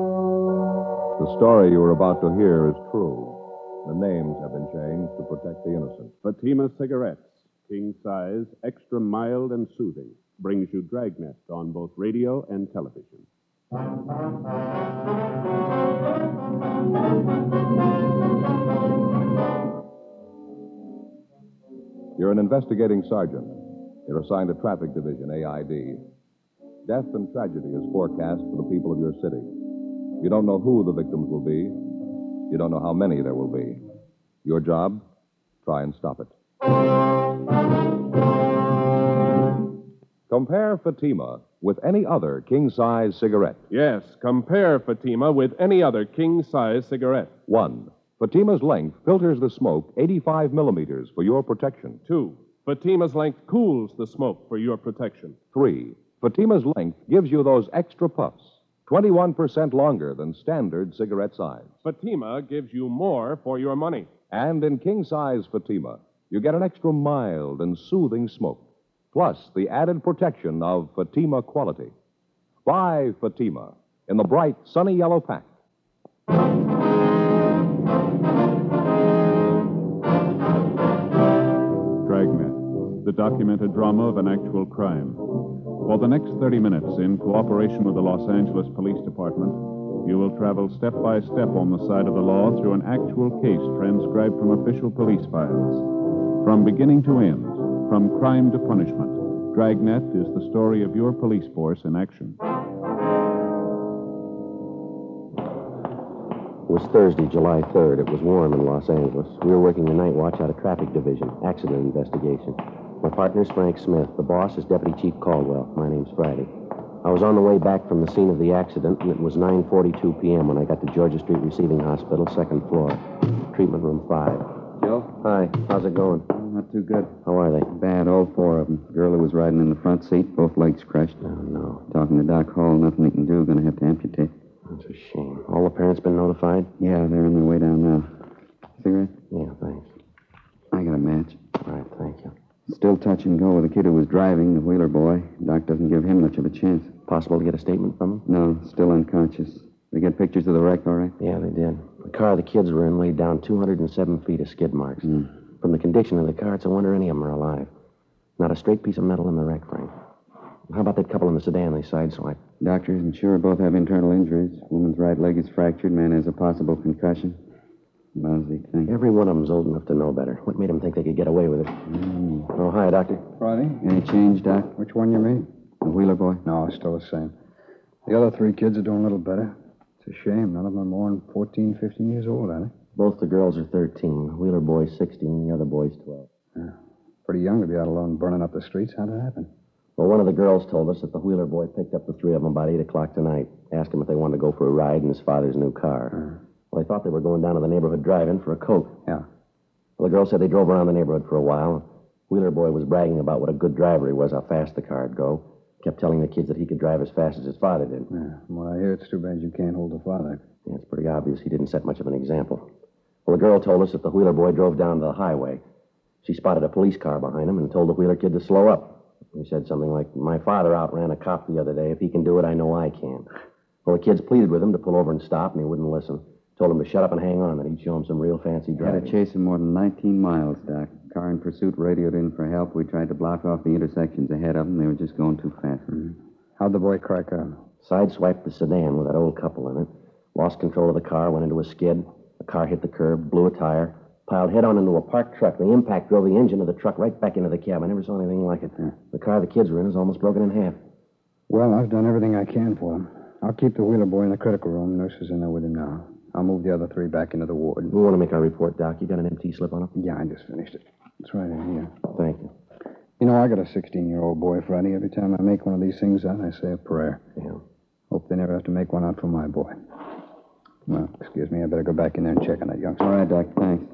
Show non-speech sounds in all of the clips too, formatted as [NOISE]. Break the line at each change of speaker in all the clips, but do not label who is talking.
The story you are about to hear is true. The names have been changed to protect the innocent.
Fatima Cigarettes, king size, extra mild and soothing, brings you Dragnet on both radio and television.
Oh,
You're an investigating sergeant. You're assigned to Traffic Division, AID. Death and tragedy is forecast for the people of your city. You don't know who the victims will be. You don't know how many there will be. Your job? Try and stop it. Compare Fatima with any other king size cigarette.
Yes, compare Fatima with any other king size cigarette.
One, Fatima's length filters the smoke 85 millimeters for your protection.
Two, Fatima's length cools the smoke for your protection.
Three, Fatima's length gives you those extra puffs, 21% longer than standard cigarette size.
Fatima gives you more for your money.
And in king size Fatima, you get an extra mild and soothing smoke, plus the added protection of Fatima quality. Buy Fatima in the bright, sunny yellow pack.
Dragnet, the documented drama of an actual crime. For the next 30 minutes, in cooperation with the Los Angeles Police Department, you will travel step by step on the side of the law through an actual case transcribed from official police files. From beginning to end, from crime to punishment, Dragnet is the story of your police force in action.
It was Thursday, July 3rd. It was warm in Los Angeles. We were working the night watch out of Traffic Division, accident investigation. My partner's Frank Smith. The boss is Deputy Chief Caldwell. My name's Friday. I was on the way back from the scene of the accident, and it was 9.42 p.m. when I got to Georgia Street Receiving Hospital, second floor, treatment room 5.
Joe?
Hi, how's it going?
Not too good.
How are they?
Bad, all four of them. Girl who was riding in the front seat, both legs crushed.
Oh, no.
Talking to Doc Hall, nothing he can do. Gonna have to amputate.
That's a shame. All the parents been notified?
Yeah, they're on their way down now. Cigarette?
Yeah, thanks.
I got a match.
All right, thank you.
Still touch and go with the kid who was driving, the wheeler boy. Doc doesn't give him much of a chance.
Possible to get a statement from them?
No, still unconscious. They get pictures of the wreck, all right?
Yeah, they did. The car the kids were in laid down 207 feet of skid marks.
Hmm.
From the condition of the car, it's a wonder any of them are alive. Not a straight piece of metal in the wreck, Frank. How about that couple in the sedan they sideswiped?
Doctors and sure both have internal injuries. Woman's right leg is fractured. Man has a possible concussion. Lousy thing.
Every one of them's old enough to know better. What made them think they could get away with it? Oh, hi, Doctor.
Friday?
Hmm. Any change, Doc?
Which one you mean?
The wheeler boy?
No, it's still the same. The other three kids are doing a little better. It's a shame. None of them are more than 14, 15 years old, are they?
Both the girls are 13. The Wheeler boy's 16, the other boy's 12.
Pretty young to be out alone burning up the streets. How'd it happen?
Well, one of the girls told us that the Wheeler boy picked up the three of them about 8 o'clock tonight, asked him if they wanted to go for a ride in his father's new car. Well, they thought they were going down to the neighborhood drive in for a Coke.
Uh-huh. Yeah.
Well, the girl said they drove around the neighborhood for a while. Wheeler boy was bragging about what a good driver he was, how fast the car'd go. Kept telling the kids that he could drive as fast as his father did.
Yeah. From what I hear, it's too bad you can't hold the father.
Yeah, it's pretty obvious he didn't set much of an example. Well, the girl told us that the Wheeler boy drove down to the highway. She spotted a police car behind him and told the Wheeler kid to slow up. He said something like, My father outran a cop the other day. If he can do it, I know I can. Well, the kids pleaded with him to pull over and stop, and he wouldn't listen. Told him to shut up and hang on, that he'd show him some real fancy
Had
driving.
to chase him more than 19 miles, Doc. Car in pursuit radioed in for help. We tried to block off the intersections ahead of them. They were just going too fast.
Mm-hmm.
How'd the boy crack out?
Sideswiped the sedan with that old couple in it. Lost control of the car, went into a skid. The car hit the curb, blew a tire, piled head on into a parked truck. The impact drove the engine of the truck right back into the cab. I never saw anything like it. The car the kids were in is almost broken in half.
Well, I've done everything I can for him. I'll keep the Wheeler boy in the critical room. Nurse is in there with him now. I'll move the other three back into the ward.
We want to make our report, Doc. You got an MT slip on it?
Yeah, I just finished it. It's right in here.
Thank you.
You know, I got a 16 year old boy, Friday. Every time I make one of these things out, I say a prayer.
Yeah.
Hope they never have to make one out for my boy. Well, excuse me. I better go back in there and check on that youngster.
All right, Doc, thanks.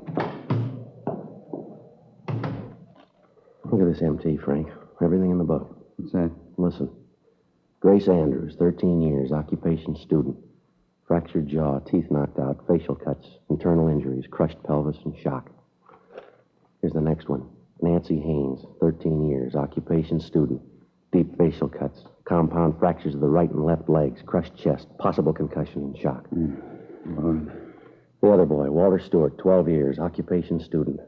Look at this MT, Frank. Everything in the book.
What's that?
Listen. Grace Andrews, 13 years, occupation student. Fractured jaw, teeth knocked out, facial cuts, internal injuries, crushed pelvis, and shock. Here's the next one. Nancy Haynes, 13 years, occupation student. Deep facial cuts, compound fractures of the right and left legs, crushed chest, possible concussion and shock.
Mm.
The other boy, Walter Stewart, 12 years, occupation student.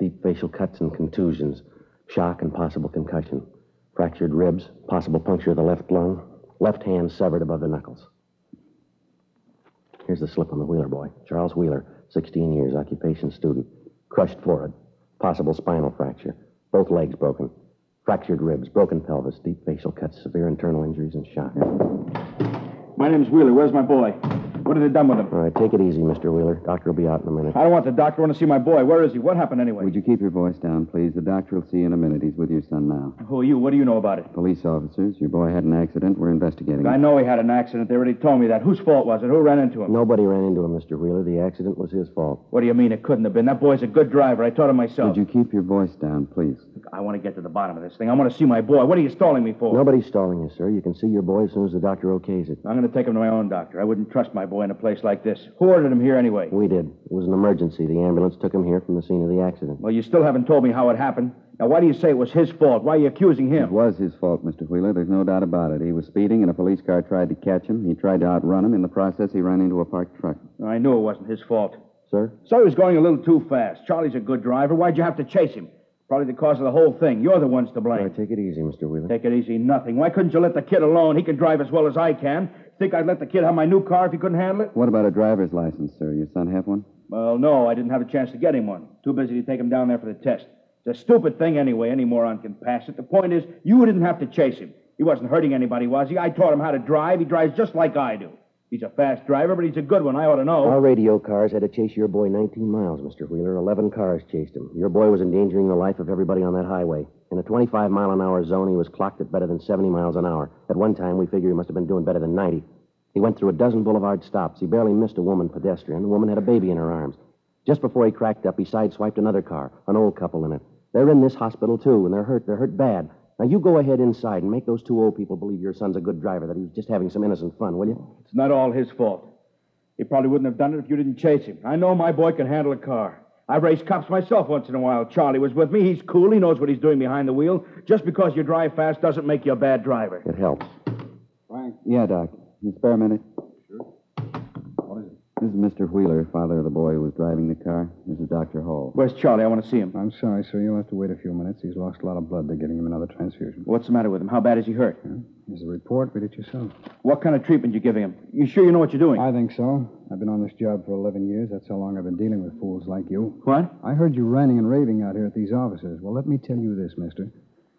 Deep facial cuts and contusions, shock and possible concussion. Fractured ribs, possible puncture of the left lung, left hand severed above the knuckles. Here's the slip on the Wheeler boy. Charles Wheeler, 16 years, occupation student. Crushed forehead, possible spinal fracture, both legs broken, fractured ribs, broken pelvis, deep facial cuts, severe internal injuries, and shock.
My name's Wheeler. Where's my boy? What have they done with him?
All right, take it easy, Mr. Wheeler. Doctor will be out in a minute.
I don't want the doctor. I want to see my boy. Where is he? What happened anyway?
Would you keep your voice down, please? The doctor will see you in a minute. He's with your son now.
Who are you? What do you know about it?
Police officers, your boy had an accident. We're investigating.
I
it.
know he had an accident. They already told me that. Whose fault was it? Who ran into him?
Nobody ran into him, Mr. Wheeler. The accident was his fault.
What do you mean it couldn't have been? That boy's a good driver. I taught him
Would
myself.
you keep your voice down, please?
I want to get to the bottom of this thing. I want to see my boy. What are you stalling me for?
Nobody's stalling you, sir. You can see your boy as soon as the doctor okays it.
I'm going to take him to my own doctor. I wouldn't trust my boy in a place like this. Who ordered him here anyway?
We did. It was an emergency. The ambulance took him here from the scene of the accident.
Well, you still haven't told me how it happened. Now, why do you say it was his fault? Why are you accusing
It
him?
was his fault, Mr. Wheeler. There's no doubt about it. He was speeding, and a police car tried to catch him. He tried to outrun him. In the process, he ran into a parked truck.
I knew it wasn't his fault.
Sir?
So he was going a little too fast. Charlie's a good driver. Why'd you have to chase him? Probably the cause of the whole thing. You're the ones to blame.
All right, take it easy, Mr. Wheeler.
Take it easy, nothing. Why couldn't you let the kid alone? He can drive as well as I can. Think I'd let the kid have my new car if he couldn't handle it?
What about a driver's license, sir? Your son have one?
Well, no, I didn't have a chance to get him one. Too busy to take him down there for the test. It's a stupid thing anyway. Any moron can pass it. The point is, you didn't have to chase him. He wasn't hurting anybody, was he? I taught him how to drive. He drives just like I do. He's a fast driver, but he's a good one. I ought to know.
Our radio cars had to chase your boy 19 miles, Mr. Wheeler. 11 cars chased him. Your boy was endangering the life of everybody on that highway. In a 25 mile an hour zone, he was clocked at better than 70 miles an hour. At one time, we figure he must have been doing better than 90. He went through a dozen boulevard stops. He barely missed a woman pedestrian. The woman had a baby in her arms. Just before he cracked up, he sideswiped another car, an old couple in it. They're in this hospital, too, and they're hurt. They're hurt bad. Now, you go ahead inside and make those two old people believe your son's a good driver, that he's just having some innocent fun, will you?
It's not all his fault. He probably wouldn't have done it if you didn't chase him. I know my boy can handle a car. I've raced cops myself once in a while. Charlie was with me. He's cool. He knows what he's doing behind the wheel. Just because you drive fast doesn't make you a bad driver.
It helps.
Frank. Yeah, Doc. Can you spare a minute? Sure. What is it? This is Mr. Wheeler, father of the boy who was driving the car. This is Dr. Hall.
Where's Charlie? I want to see him.
I'm sorry, sir. You'll have to wait a few minutes. He's lost a lot of blood. They're getting him another transfusion.
What's the matter with him? How bad is he hurt?
Here's the report. Read it yourself.
What kind of treatment you giving him? You sure you know what you're doing?
I think so. I've been on this job for 11 years. That's how long I've been dealing with fools like you.
What?
I heard you ranting and raving out here at these offices. Well, let me tell you this, mister.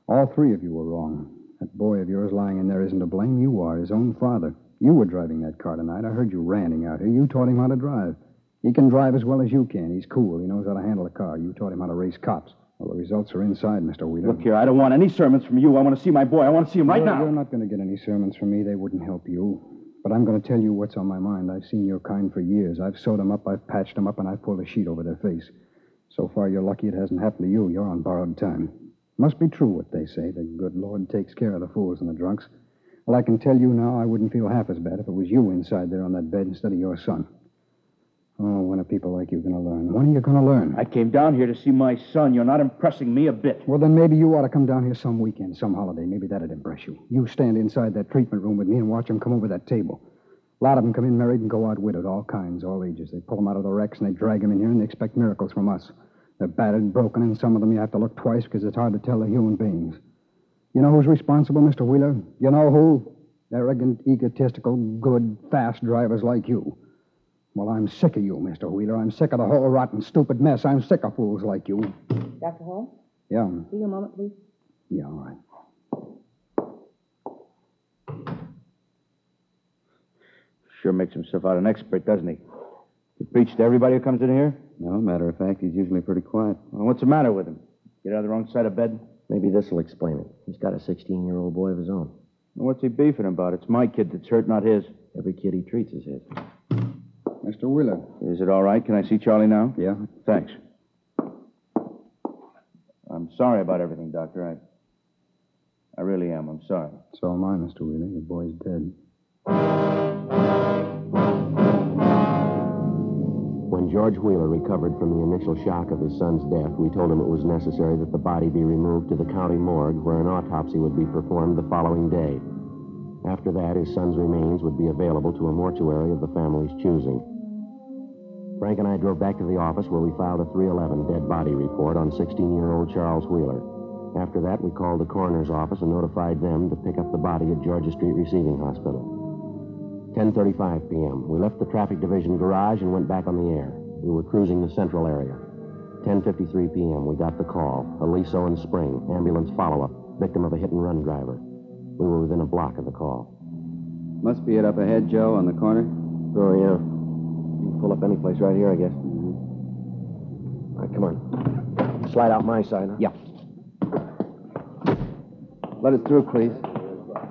All three of you were wrong. That boy of yours lying in there isn't to blame. You are his own father. You were driving that car tonight. I heard you ranting out here. You taught him how to drive. He can drive as well as you can. He's cool. He knows how to handle a car. You taught him how to race cops. Well, the results are inside, Mr. Wheeler.
Look here, I don't want any sermons from you. I want to see my boy. I want to see him right
You're-
now.
You're not going to get any sermons from me. They wouldn't help you. But I'm going to tell you what's on my mind. I've seen your kind for years. I've sewed 'em up, I've patched 'em up, and I've pulled a sheet over their face. So far, you're lucky it hasn't happened to you. You're on borrowed time. Must be true what they say. The good Lord takes care of the fools and the drunks. Well, I can tell you now I wouldn't feel half as bad if it was you inside there on that bed instead of your son. Oh, when are people like you going to learn? When are you going to learn?
I came down here to see my son. You're not impressing me a bit.
Well, then maybe you ought to come down here some weekend, some holiday. Maybe that'd impress you. You stand inside that treatment room with me and watch 'em come over that table. A lot of 'em come in married and go out widowed, all kinds, all ages. They pull 'em out of the wrecks and they drag 'em in here and they expect miracles from us. They're battered and broken, and some of them you have to look twice because it's hard to tell they're human beings. You know who's responsible, Mr. Wheeler? You know who? Arrogant, egotistical, good, fast drivers like you. Well, I'm sick of you, Mr. Wheeler. I'm sick of the whole rotten, stupid mess. I'm sick of fools like you.
Dr. Hall,
Yeah,
be a moment, please.
yeah, all right.
Sure makes himself out an expert, doesn't he? He preaches to everybody who comes in here.
No, matter of fact, he's usually pretty quiet.
Well, what's the matter with him? Get out of the wrong side of bed?
Maybe this'll explain it. He's got a 16-year-old boy of his own.
What's he beefing about? It's my kid that's hurt, not his.
Every kid he treats is his.
Mr. Wheeler.
Is it all right? Can I see Charlie now?
Yeah?
Thanks. I'm sorry about everything, Doctor. I, I really am. I'm sorry.
So am I, Mr. Wheeler. Your boy's dead.
When George Wheeler recovered from the initial shock of his son's death, we told him it was necessary that the body be removed to the county morgue where an autopsy would be performed the following day. After that, his son's remains would be available to a mortuary of the family's choosing. Frank and I drove back to the office where we filed a 311 dead body report on 16 year old Charles Wheeler. After that, we called the coroner's office and notified them to pick up the body at Georgia Street Receiving Hospital. 10:35 p.m. We left the traffic division garage and went back on the air. We were cruising the central area. 10:53 p.m. We got the call. Elise Owen Spring, ambulance follow-up, victim of a hit-and-run driver. We were within a block of the call.
Must be it up ahead, Joe, on the corner.
Oh yeah. You can pull up any place right here, I guess. All right, come on. Slide out my side. Huh?
Yeah. Let us through, please.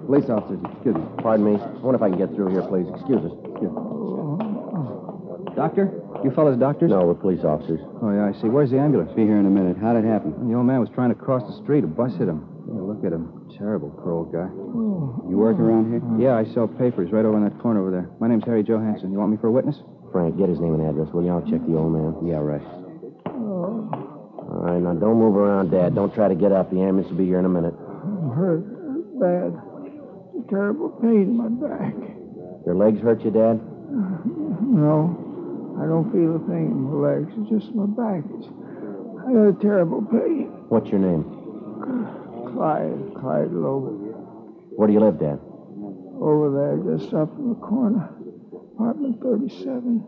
Police officers, excuse me.
Pardon me. I wonder if I can get through here, please. Excuse us. Oh.
Doctor? You fellas doctors?
No, we're police officers.
Oh, yeah, I see. Where's the ambulance? Be here in a minute. How'd it happen? The old man was trying to cross the street. A bus hit him. Oh, look at him. Terrible, poor old guy.
Oh.
You work around here? Yeah, I sell papers right over in that corner over there. My name's Harry Johansson. You want me for a witness?
Frank, get his name and address, will you? I'll check the old man.
Yeah, right.
All right, now don't move around, Dad. Don't try to get up. The ambulance will be here in a minute.
I'm hurt bad. It's a terrible pain in my back.
Your legs hurt you, Dad?
No, I don't feel a thing in my legs. It's just my back. It's, I got a terrible pain.
What's your name?
Clyde, Clyde Logan.
Where do you live, Dad?
Over there, just up in the corner. Apartment 37.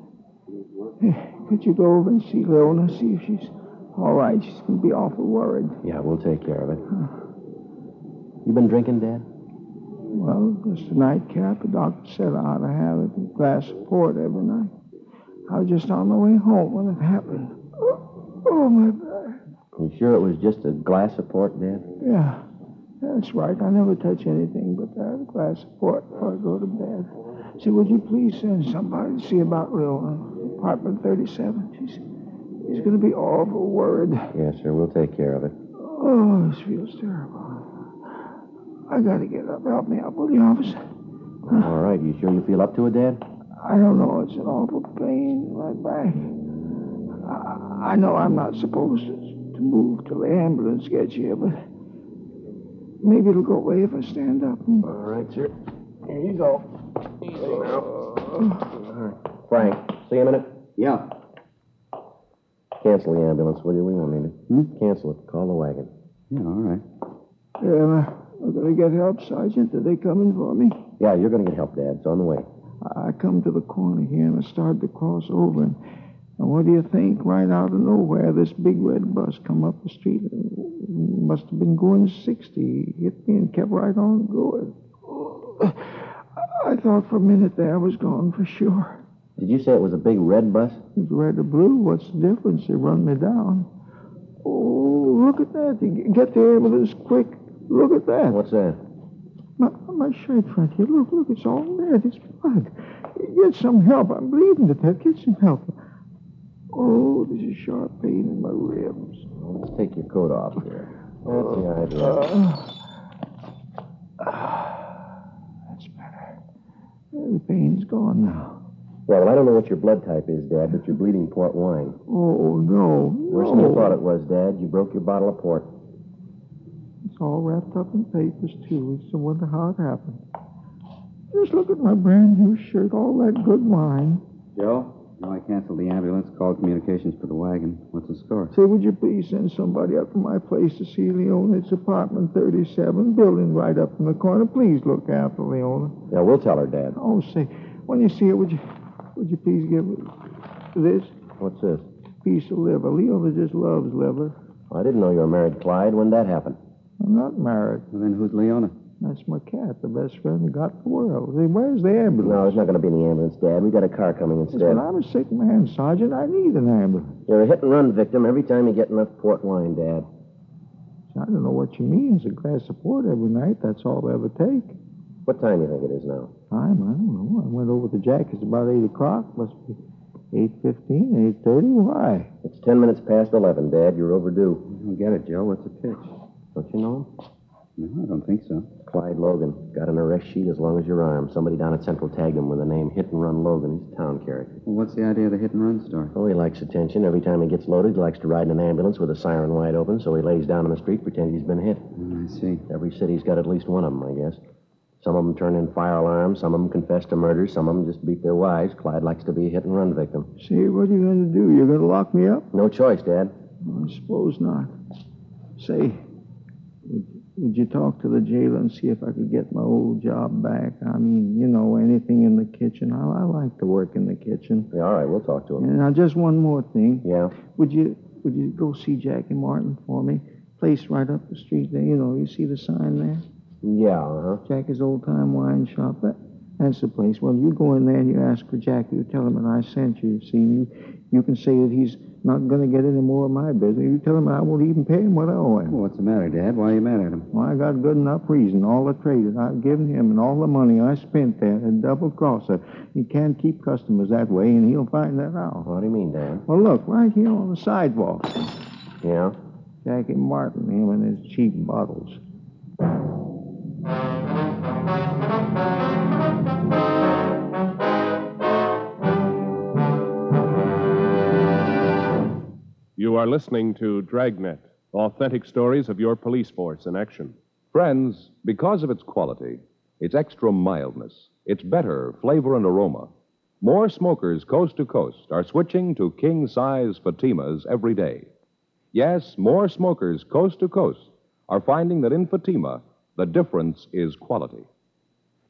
Hey, could you go over and see Leona, see if she's all right? She's going to be awful worried.
Yeah, we'll take care of it. You been drinking, Dad?
Well, just a nightcap. The doctor said I ought to have it, a glass of port every night. I was just on the way home when it happened. Oh, oh, my back.
You sure it was just a glass of port, Dad?
Yeah, that's right. I never touch anything but that glass of port before I go to bed. Say, would you please send somebody to see about Leona, apartment 37? She's, she's going to be awful worried.
Yes, sir. We'll take care of it.
Oh, this feels terrible. I got to get up. Help me up, will you, officer?
All right. You sure you feel up to it, Dad?
I don't know. It's an awful pain in my back. I, I know I'm not supposed to, to move till the ambulance gets here, but maybe it'll go away if I stand up.
All right, sir. Here you go. Frank, see you in a minute.
Yeah.
Cancel the ambulance, will you? We won't need it. Cancel it. Call the wagon.
Hmm? Yeah, all right.
Am I going to get help, Sergeant? Are they coming for me?
Yeah, you're going to get help, Dad. It's on the way.
uh, I I come to the corner here and I start to cross over. And, and what do you think? Right out of nowhere, this big red bus come up the street. It must have been going 60. Hit me and kept right on going. I I thought for a minute there I was gone for sure.
Did you say it was a big red bus?
It's red or blue. What's the difference? They run me down. Oh, look at that. They Get the ambulance quick. Look at that.
What's that?
My, my shirt front here. Look, look, it's all red. It's blood. Get some help. I'm bleeding to death. Get some help. Oh, this is sharp pain in my Oh. ribs.
Let's take your coat off here. That's the idea.
Ah. That's better. The pain's gone now.
Yeah, well, I don't know what your blood type is, Dad, but you're bleeding port wine.
Oh, no.
Worse than you thought it was, Dad. You broke your bottle of port.
It's all wrapped up in papers, too. It's a wonder how it happened. Just look at my brand new shirt, all that good wine.
Joe? Well, I canceled the ambulance, called communications for the wagon. What's the score?
Say, would you please send somebody up to my place to see Leona? It's apartment 37, building right up in the corner. Please look after Leona.
Yeah, we'll tell her, Dad.
Oh, say, when you see her, would you, would you please give her this
What's this?
piece of liver? Leona just loves liver.
I didn't know you were married, Clyde. When did that happen?
I'm not married.
Well, then who's Leona?
That's my cat, the best friend I got in the world. Say, where's the ambulance?
No, it's not going to be any ambulance, Dad. We got a car coming
Yes,
instead.
but I'm a sick man, Sergeant. I need an ambulance.
You're a hit and run victim every time you get enough port wine, Dad.
I don't know what you mean. It's a glass of port every night. That's all I ever take.
What time do you think it is now?
Time, I don't know. I went over to Jack. It's about 8 o'clock. Must be 8.15, 8.30. Why?
It's ten minutes past eleven, Dad. You're overdue.
I don't get it, Joe. What's the pitch?
Don't you know him?
No, I don't think so.
Clyde Logan. Got an arrest sheet as long as your arm. Somebody down at Central tagged him with the name Hit and Run Logan. He's a town character.
Well, what's the idea of the hit and run story?
Oh, he likes attention. Every time he gets loaded, he likes to ride in an ambulance with a siren wide open, so he lays down in the street, pretends he's been hit.
Oh, I see.
Every city's got at least one of them, I guess. Some of them turn in fire alarms, some of them confess to murder, some of them just beat their wives. Clyde likes to be a hit and run victim.
See, what are you going to do? You're going to lock me up?
No choice, Dad.
I suppose not. Say, would, would you talk to the jailer and see if I could get my old job back? I mean, you know, anything in the kitchen. I, I like to work in the kitchen.
Yeah, all right, we'll talk to him.
And now, just one more thing.
Yeah.
Would you would you go see Jackie Martin for me? Place right up the street there. You know, you see the sign there?
Yeah, uh huh.
Jackie's old time wine shop. That, that's the place. Well, you go in there and you ask for Jackie. You tell him that I sent you. See, you, you can say that he's not going to get any more of my business. You tell him that I won't even pay him what I owe him.
Well, what's the matter, Dad? Why are you mad at him?
Well, I got good enough reason. All the trade that I've given him and all the money I spent there, a double crosser. You can't keep customers that way, and he'll find that out.
What do you mean, Dad?
Well, look, right here on the sidewalk.
Yeah?
Jackie Martin, him and his cheap bottles.
You are listening to Dragnet, authentic stories of your police force in action.
Friends, because of its quality, its extra mildness, its better flavor and aroma, more smokers coast to coast are switching to king size Fatimas every day. Yes, more smokers coast to coast are finding that in Fatima, the difference is quality.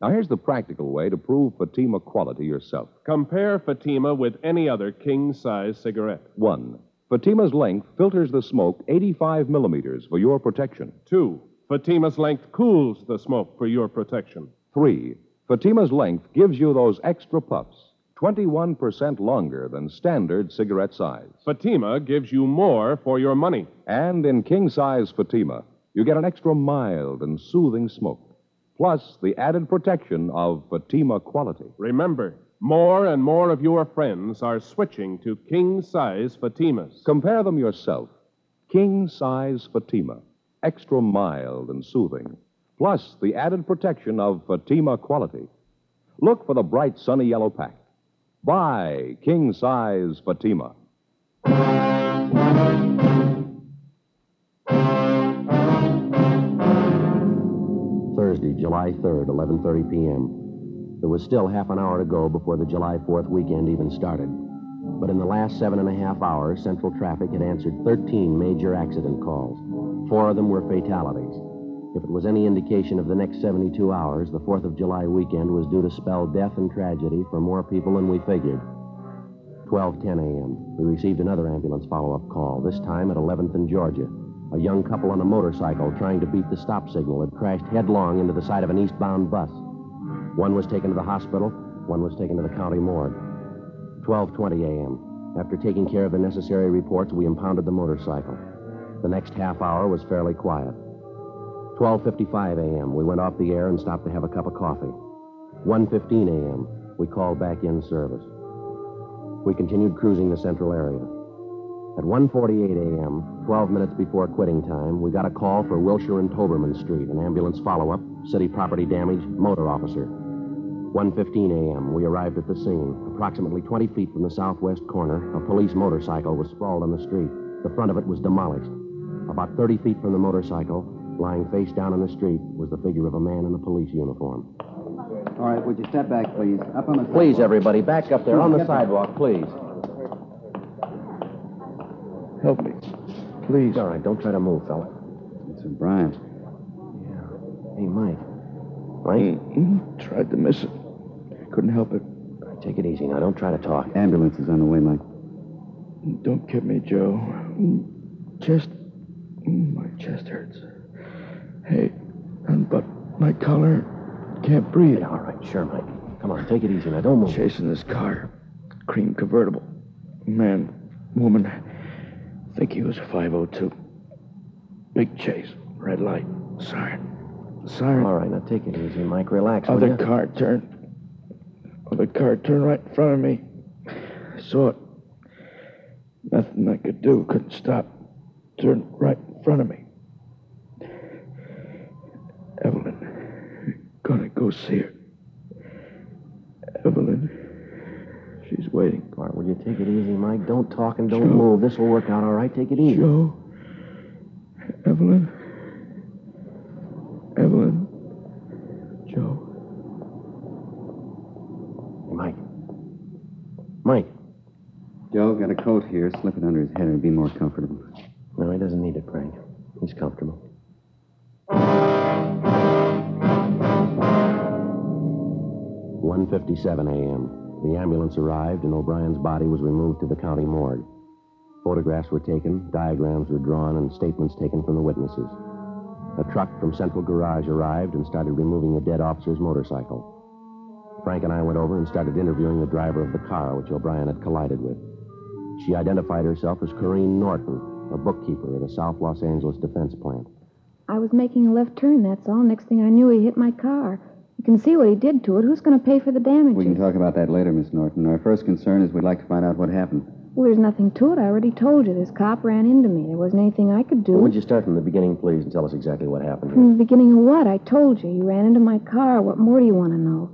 Now, here's the practical way to prove Fatima quality yourself.
Compare Fatima with any other king size cigarette.
One, Fatima's length filters the smoke 85 millimeters for your protection.
Two, Fatima's length cools the smoke for your protection.
Three, Fatima's length gives you those extra puffs, 21% longer than standard cigarette size.
Fatima gives you more for your money.
And in king size Fatima, you get an extra mild and soothing smoke, plus the added protection of Fatima quality.
Remember, more and more of your friends are switching to king size Fatimas.
Compare them yourself. King size Fatima, extra mild and soothing, plus the added protection of Fatima quality. Look for the bright sunny yellow pack. Buy king size Fatima.
Thursday, July 3rd, 11:30 p.m. There was still half an hour to go before the July 4th weekend even started. But in the last seven and a half hours, Central Traffic had answered 13 major accident calls. Four of them were fatalities. If it was any indication of the next 72 hours, the 4th of July weekend was due to spell death and tragedy for more people than we figured. 12:10 a.m. We received another ambulance follow-up call. This time at 11th and Georgia. A young couple on a motorcycle trying to beat the stop signal had crashed headlong into the side of an eastbound bus. One was taken to the hospital. One was taken to the county morgue. 12:20 a.m. After taking care of the necessary reports, we impounded the motorcycle. The next half hour was fairly quiet. 12:55 a.m. We went off the air and stopped to have a cup of coffee. 1:15 a.m. We called back in service. We continued cruising the central area. At 1:48 a.m., 12 minutes before quitting time, we got a call for Wilshire and Toberman Street, an ambulance follow-up, city property damage, motor officer. 1:15 a.m., we arrived at the scene. Approximately 20 feet from the southwest corner, a police motorcycle was sprawled on the street. The front of it was demolished. About 30 feet from the motorcycle, Lying face down in the street was the figure of a man in a police uniform.
All right, would you step back, please? Up on the
Please, everybody, back up there on the
Get back.
sidewalk, please.
Help me. Please.
All right, don't try to move, fella.
It's Brian.
Hey, Mike.
He,
Mike,
he tried to miss it. I couldn't help it.
all right, take it easy now. Don't try to talk.
Ambulance is on the way, Mike.
Don't kid me, Joe. Chest. My chest hurts. Hey, unbutton my collar. Can't breathe.
Yeah, all right, sure, Mike. Come on, take it easy now. Don't move.
Chasing this car. Cream convertible. Man, woman. I think he was a 502. Big chase. Red light. Siren. Siren.
All right, now take it easy, Mike. Relax. will
Other
ya?
car turned. Other car turned right in front of me. I saw it. Nothing I could do. Couldn't stop. Turned right in front of me. Evelyn. Gonna go see her. Evelyn. She's waiting.
All right, will you take it easy, Mike? Don't talk and don't
Sure.
move. This will work out all right. Take it easy.
Joe. Evelyn. Evelyn. Joe.
Hey, Mike. Mike.
Joe, got a coat here. Slip it under his head. It'll be more comfortable.
No, he doesn't need it, Frank. He's comfortable. One fifty-seven a.m. The ambulance arrived, and O'Brien's body was removed to the county morgue. Photographs were taken, diagrams were drawn, and statements taken from the witnesses. A truck from Central Garage arrived and started removing the dead officer's motorcycle. Frank and I went over and started interviewing the driver of the car which O'Brien had collided with. She identified herself as Corrine Norton, a bookkeeper at a South Los Angeles defense plant.
I was making a left turn, that's all. Next thing I knew, he hit my car. You can see what he did to it. Who's going to pay for the damages?
We can talk about that later, Miss Norton. Our first concern is we'd like to find out what happened.
Well, there's nothing to it. I already told you. This cop ran into me. There wasn't anything I could do.
would you start from the beginning, please, and tell us exactly what happened? here?
From the beginning of what? I told you. You ran into my car. What more do you want to know?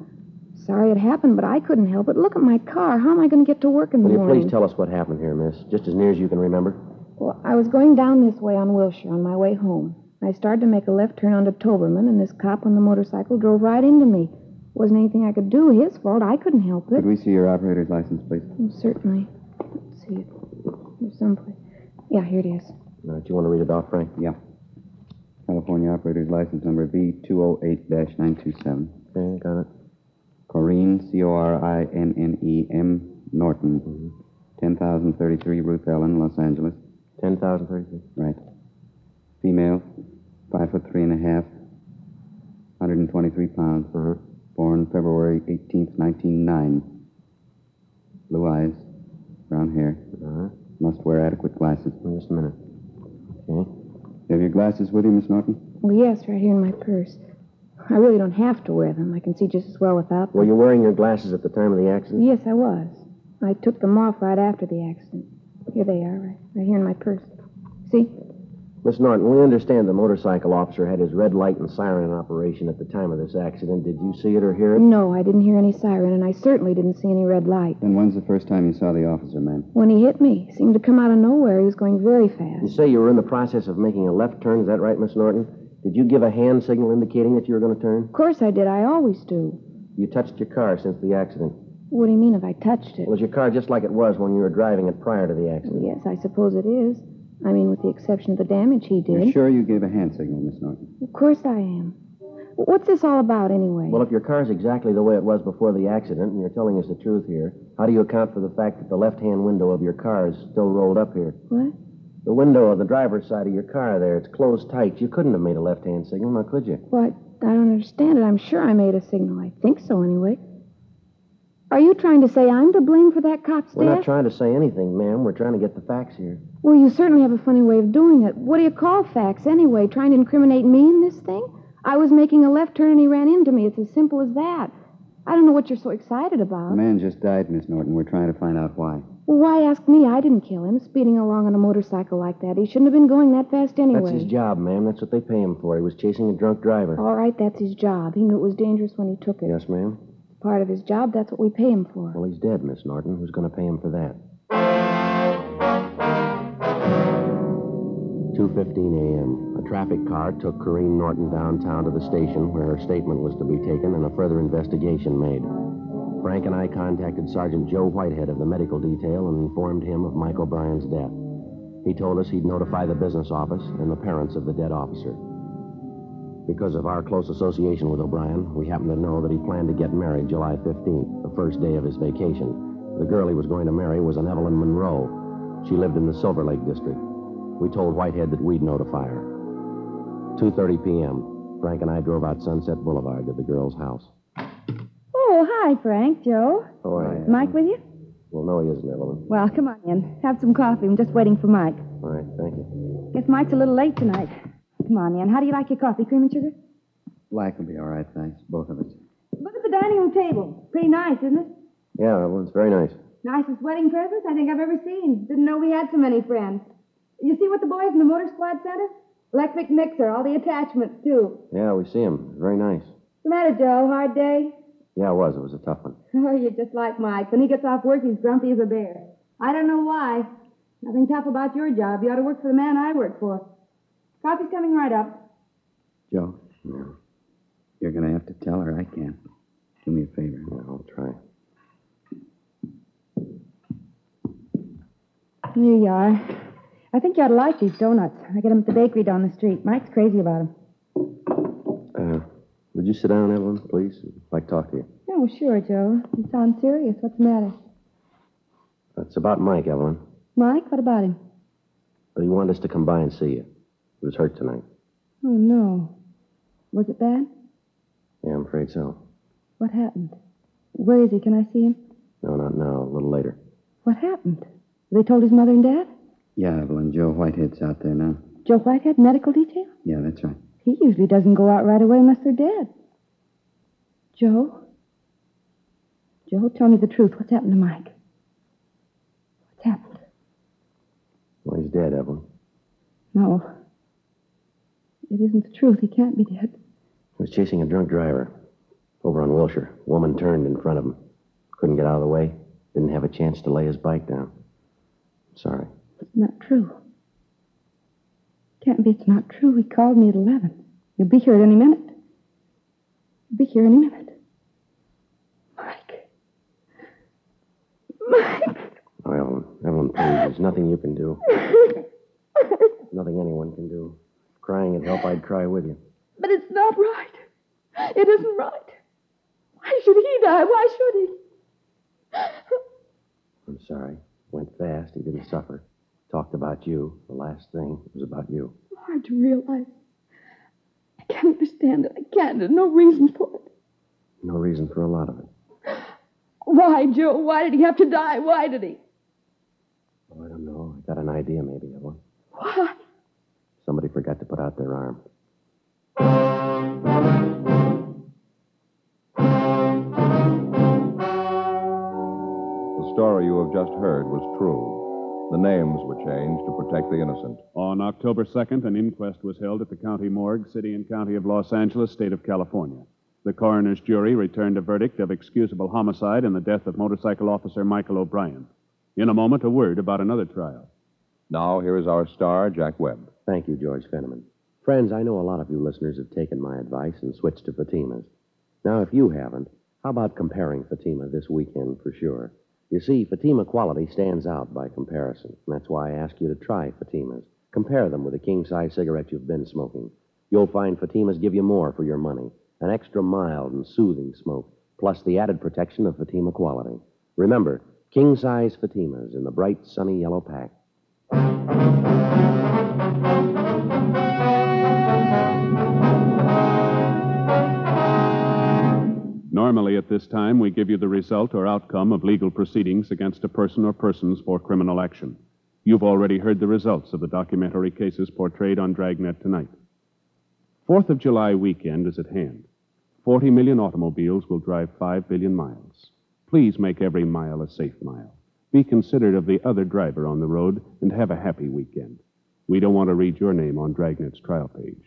Sorry it happened, but I couldn't help it. Look at my car. How am I going to get to work in the
Will you
morning?
please tell us what happened here, miss? Just as near as you can remember.
Well, I was going down this way on Wilshire on my way home. I started to make a left turn onto Toberman, and this cop on the motorcycle drove right into me. Wasn't anything I could do. His fault. I couldn't help it.
Could we see your operator's license, please?
Oh, certainly. Let's see it. There's someplace. Yeah, here it is.
All right, you want to read it off, Frank?
Yeah. California operator's license number V208-927.
Okay, got it.
Corinne, C O R I N N E M
Mm-hmm.
Norton. 10,033 Ruth Ellen, Los Angeles.
Ten thousand thirty-three.
Right. Female, five foot three and a half, 123 pounds.
Mhm.
Born February 18th, 1909. Blue eyes, brown hair.
All right.
Must wear adequate glasses.
Well, Mm-hmm. just a minute. Okay.
You have your glasses with you, Miss Norton?
Well, yes, right here in my purse. I really don't have to wear them. I can see just as well without them.
Were you wearing your glasses at the time of the accident?
Yes, I was. I took them off right after the accident. Here they are, right, right here in my purse. See?
Miss Norton, we understand the motorcycle officer had his red light and siren in operation at the time of this accident. Did you see it or hear it?
No, I didn't hear any siren, and I certainly didn't see any red light.
Then when's the first time you saw the officer, ma'am?
When he hit me, it seemed to come out of nowhere. He was going very
You
fast.
say you were in the process of making a left turn. Is that right, Miss Norton? Did you give a hand signal indicating that you were going to turn?
Of course I did. I always do.
You touched your car since the accident.
What do you mean if I touched it?
Was your car just like it was when you were driving it prior to the accident?
Yes, I suppose it is. I mean, with the exception of the damage he
You're
did.
sure you gave a hand signal, Miss Norton?
Of course I am. What's this all about, anyway?
Well, if your car's exactly the way it was before the accident, and you're telling us the truth here, how do you account for the fact that the left hand window of your car is still rolled up here?
what?
The window of the driver's side of your car there, it's closed tight. You couldn't have made a left hand signal, now could you?
Well, I, I don't understand it. I'm sure I made a signal. I think so, anyway. Are you trying to say I'm to blame for that cop's
We're not
death?
trying to say anything, ma'am. We're trying to get the facts here.
Well, you certainly have a funny way of doing it. What do you call facts, anyway? Trying to incriminate me in this thing? I was making a left turn and he ran into me. It's as simple as that. I don't know what you're so excited about.
The man just died, Miss Norton. We're trying to find out why.
Well, why ask me? I didn't kill him. Speeding along on a motorcycle like that, he shouldn't have been going that fast anyway. Oh,
That's his job, ma'am. That's what they pay him for. He was chasing a drunk driver.
All right, that's his job. He knew it was dangerous when he took it.
Yes, ma'am.
Part of his job, that's what we pay him for.
Well, he's dead, Miss Norton. Who's going to pay him for that? 2.15 a.m. A traffic car took Corrine Norton downtown to the station where her statement was to be taken and a further investigation made. Frank and I contacted Sergeant Joe Whitehead of the medical detail and informed him of Mike O'Brien's death. He told us he'd notify the business office and the parents of the dead officer. Because of our close association with O'Brien, we happen to know that he planned to get married July 15th, the first day of his vacation. The girl he was going to marry was an Evelyn Monroe. She lived in the Silver Lake district. We told Whitehead that we'd notify her. 2:30 p.m. Frank and I drove out Sunset Boulevard to the girl's house.
Oh, hi, Frank, Joe.
Oh, yeah.
Mike with you?
Well, no, he isn't, Evelyn.
Well, come on in. Have some coffee. I'm just waiting for Mike.
All right, thank you.
Guess Mike's a little late tonight. Come on in. How do you like your coffee, cream and sugar?
Black will be all right, thanks, both of us.
Look at the dining room table. Pretty nice, isn't it?
Yeah, Evelyn, it's very nice.
Nicest wedding present I think I've ever seen. Didn't know we had so many friends. You see what the boys in the motor squad sent us? Electric mixer, all the attachments, too.
Yeah, we see him. It's very nice.
What's the matter, Joe? Hard day?
Yeah, it was. It was a tough one.
[LAUGHS] Oh, you're just like Mike. When he gets off work, he's grumpy as a bear. I don't know why. Nothing tough about your job. You ought to work for the man I work for. Coffee's coming right up.
Joe? No. You're going to have to tell her I can't. Do me a favor. Yeah,
I'll try.
Here you are. I think you ought to like these donuts. I get them at the bakery down the street. Mike's crazy about them.
Uh, would you sit down, Evelyn, please? I'd like to talk to you.
Oh, sure, Joe. You sound serious. What's the matter?
It's about Mike, Evelyn.
Mike, what about him?
But he wanted us to come by and see you. He was hurt tonight.
Oh, no. Was it bad?
Yeah, I'm afraid so.
What happened? Where is he? Can I see him?
No, not now. A little later.
What happened? They told his mother and dad?
Yeah, Evelyn, Joe Whitehead's out there now.
Joe Whitehead, medical detail?
Yeah, that's right.
He usually doesn't go out right away unless they're dead. Joe? Joe, tell me the truth. What's happened to Mike? What's happened?
Well, he's dead, Evelyn.
No. It isn't the truth. He can't be dead.
He was chasing a drunk driver over on Wilshire. Woman turned in front of him. Couldn't get out of the way. Didn't have a chance to lay his bike down. Sorry.
It's not true. Can't be. It's not true. He called me at 11. He'll be here at any minute. He'll be here any minute.
Oh, Evelyn, Evelyn, please. There's nothing you can do. nothing anyone can do. If crying would help, I'd cry with you.
But it's not right. It isn't right. Why should he die? Why should he?
I'm sorry. Went fast. He didn't suffer. Talked about you. The last thing was about you.
Hard to realize. I can't understand it. I can't. There's no reason for it.
No reason for a lot of it.
Why, Joe? Why did he have to die? Why did he?
Oh, I don't know. I got an idea, maybe, Evelyn.
Why?
Somebody forgot to put out their arm.
The story you have just heard was true. The names were changed to protect the innocent.
On October 2nd, an inquest was held at the county morgue, city and county of Los Angeles, state of California. The coroner's jury returned a verdict of excusable homicide in the death of motorcycle officer Michael O'Brien. In a moment, a word about another trial.
Now, here is our star, Jack Webb.
Thank you, George Fenneman. Friends, I know a lot of you listeners have taken my advice and switched to Fatima's. Now, if you haven't, how about comparing Fatima this weekend for sure? You see, Fatima quality stands out by comparison. and That's why I ask you to try Fatima's. Compare them with the king size cigarette you've been smoking. You'll find Fatima's give you more for your money an extra mild and soothing smoke, plus the added protection of Fatima quality. Remember, king size Fatimas in the bright, sunny yellow pack.
Normally, at this time, we give you the result or outcome of legal proceedings against a person or persons for criminal action. You've already heard the results of the documentary cases portrayed on Dragnet tonight. Fourth of July weekend is at hand. 40 million automobiles will drive 5 billion miles. Please make every mile a safe mile. Be considerate of the other driver on the road and have a happy weekend. We don't want to read your name on Dragnet's trial page.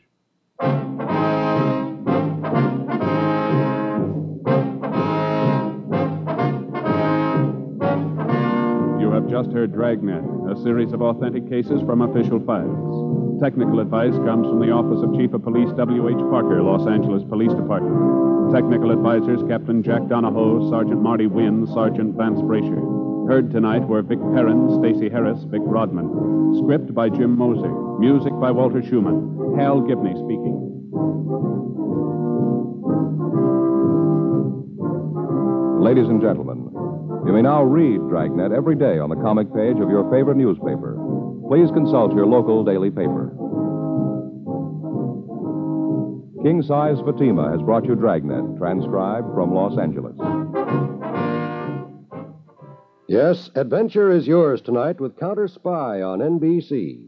You have just her Dragnet, a series of authentic cases from official files. Technical advice comes from the Office of Chief of Police W.H. Parker, Los Angeles Police Department. Technical advisors Captain Jack Donahoe, Sergeant Marty Wynn, Sergeant Vance Brasher. Heard tonight were Vic Perrin, Stacy Harris, Vic Rodman. Script by Jim Moser. Music by Walter Schumann. Hal Gibney speaking.
Ladies and gentlemen, you may now read Dragnet every day on the comic page of your favorite newspaper. Please consult your local daily paper. King Size Fatima has brought you Dragnet, transcribed from Los Angeles.
Yes, adventure is yours tonight with Counter Spy on NBC.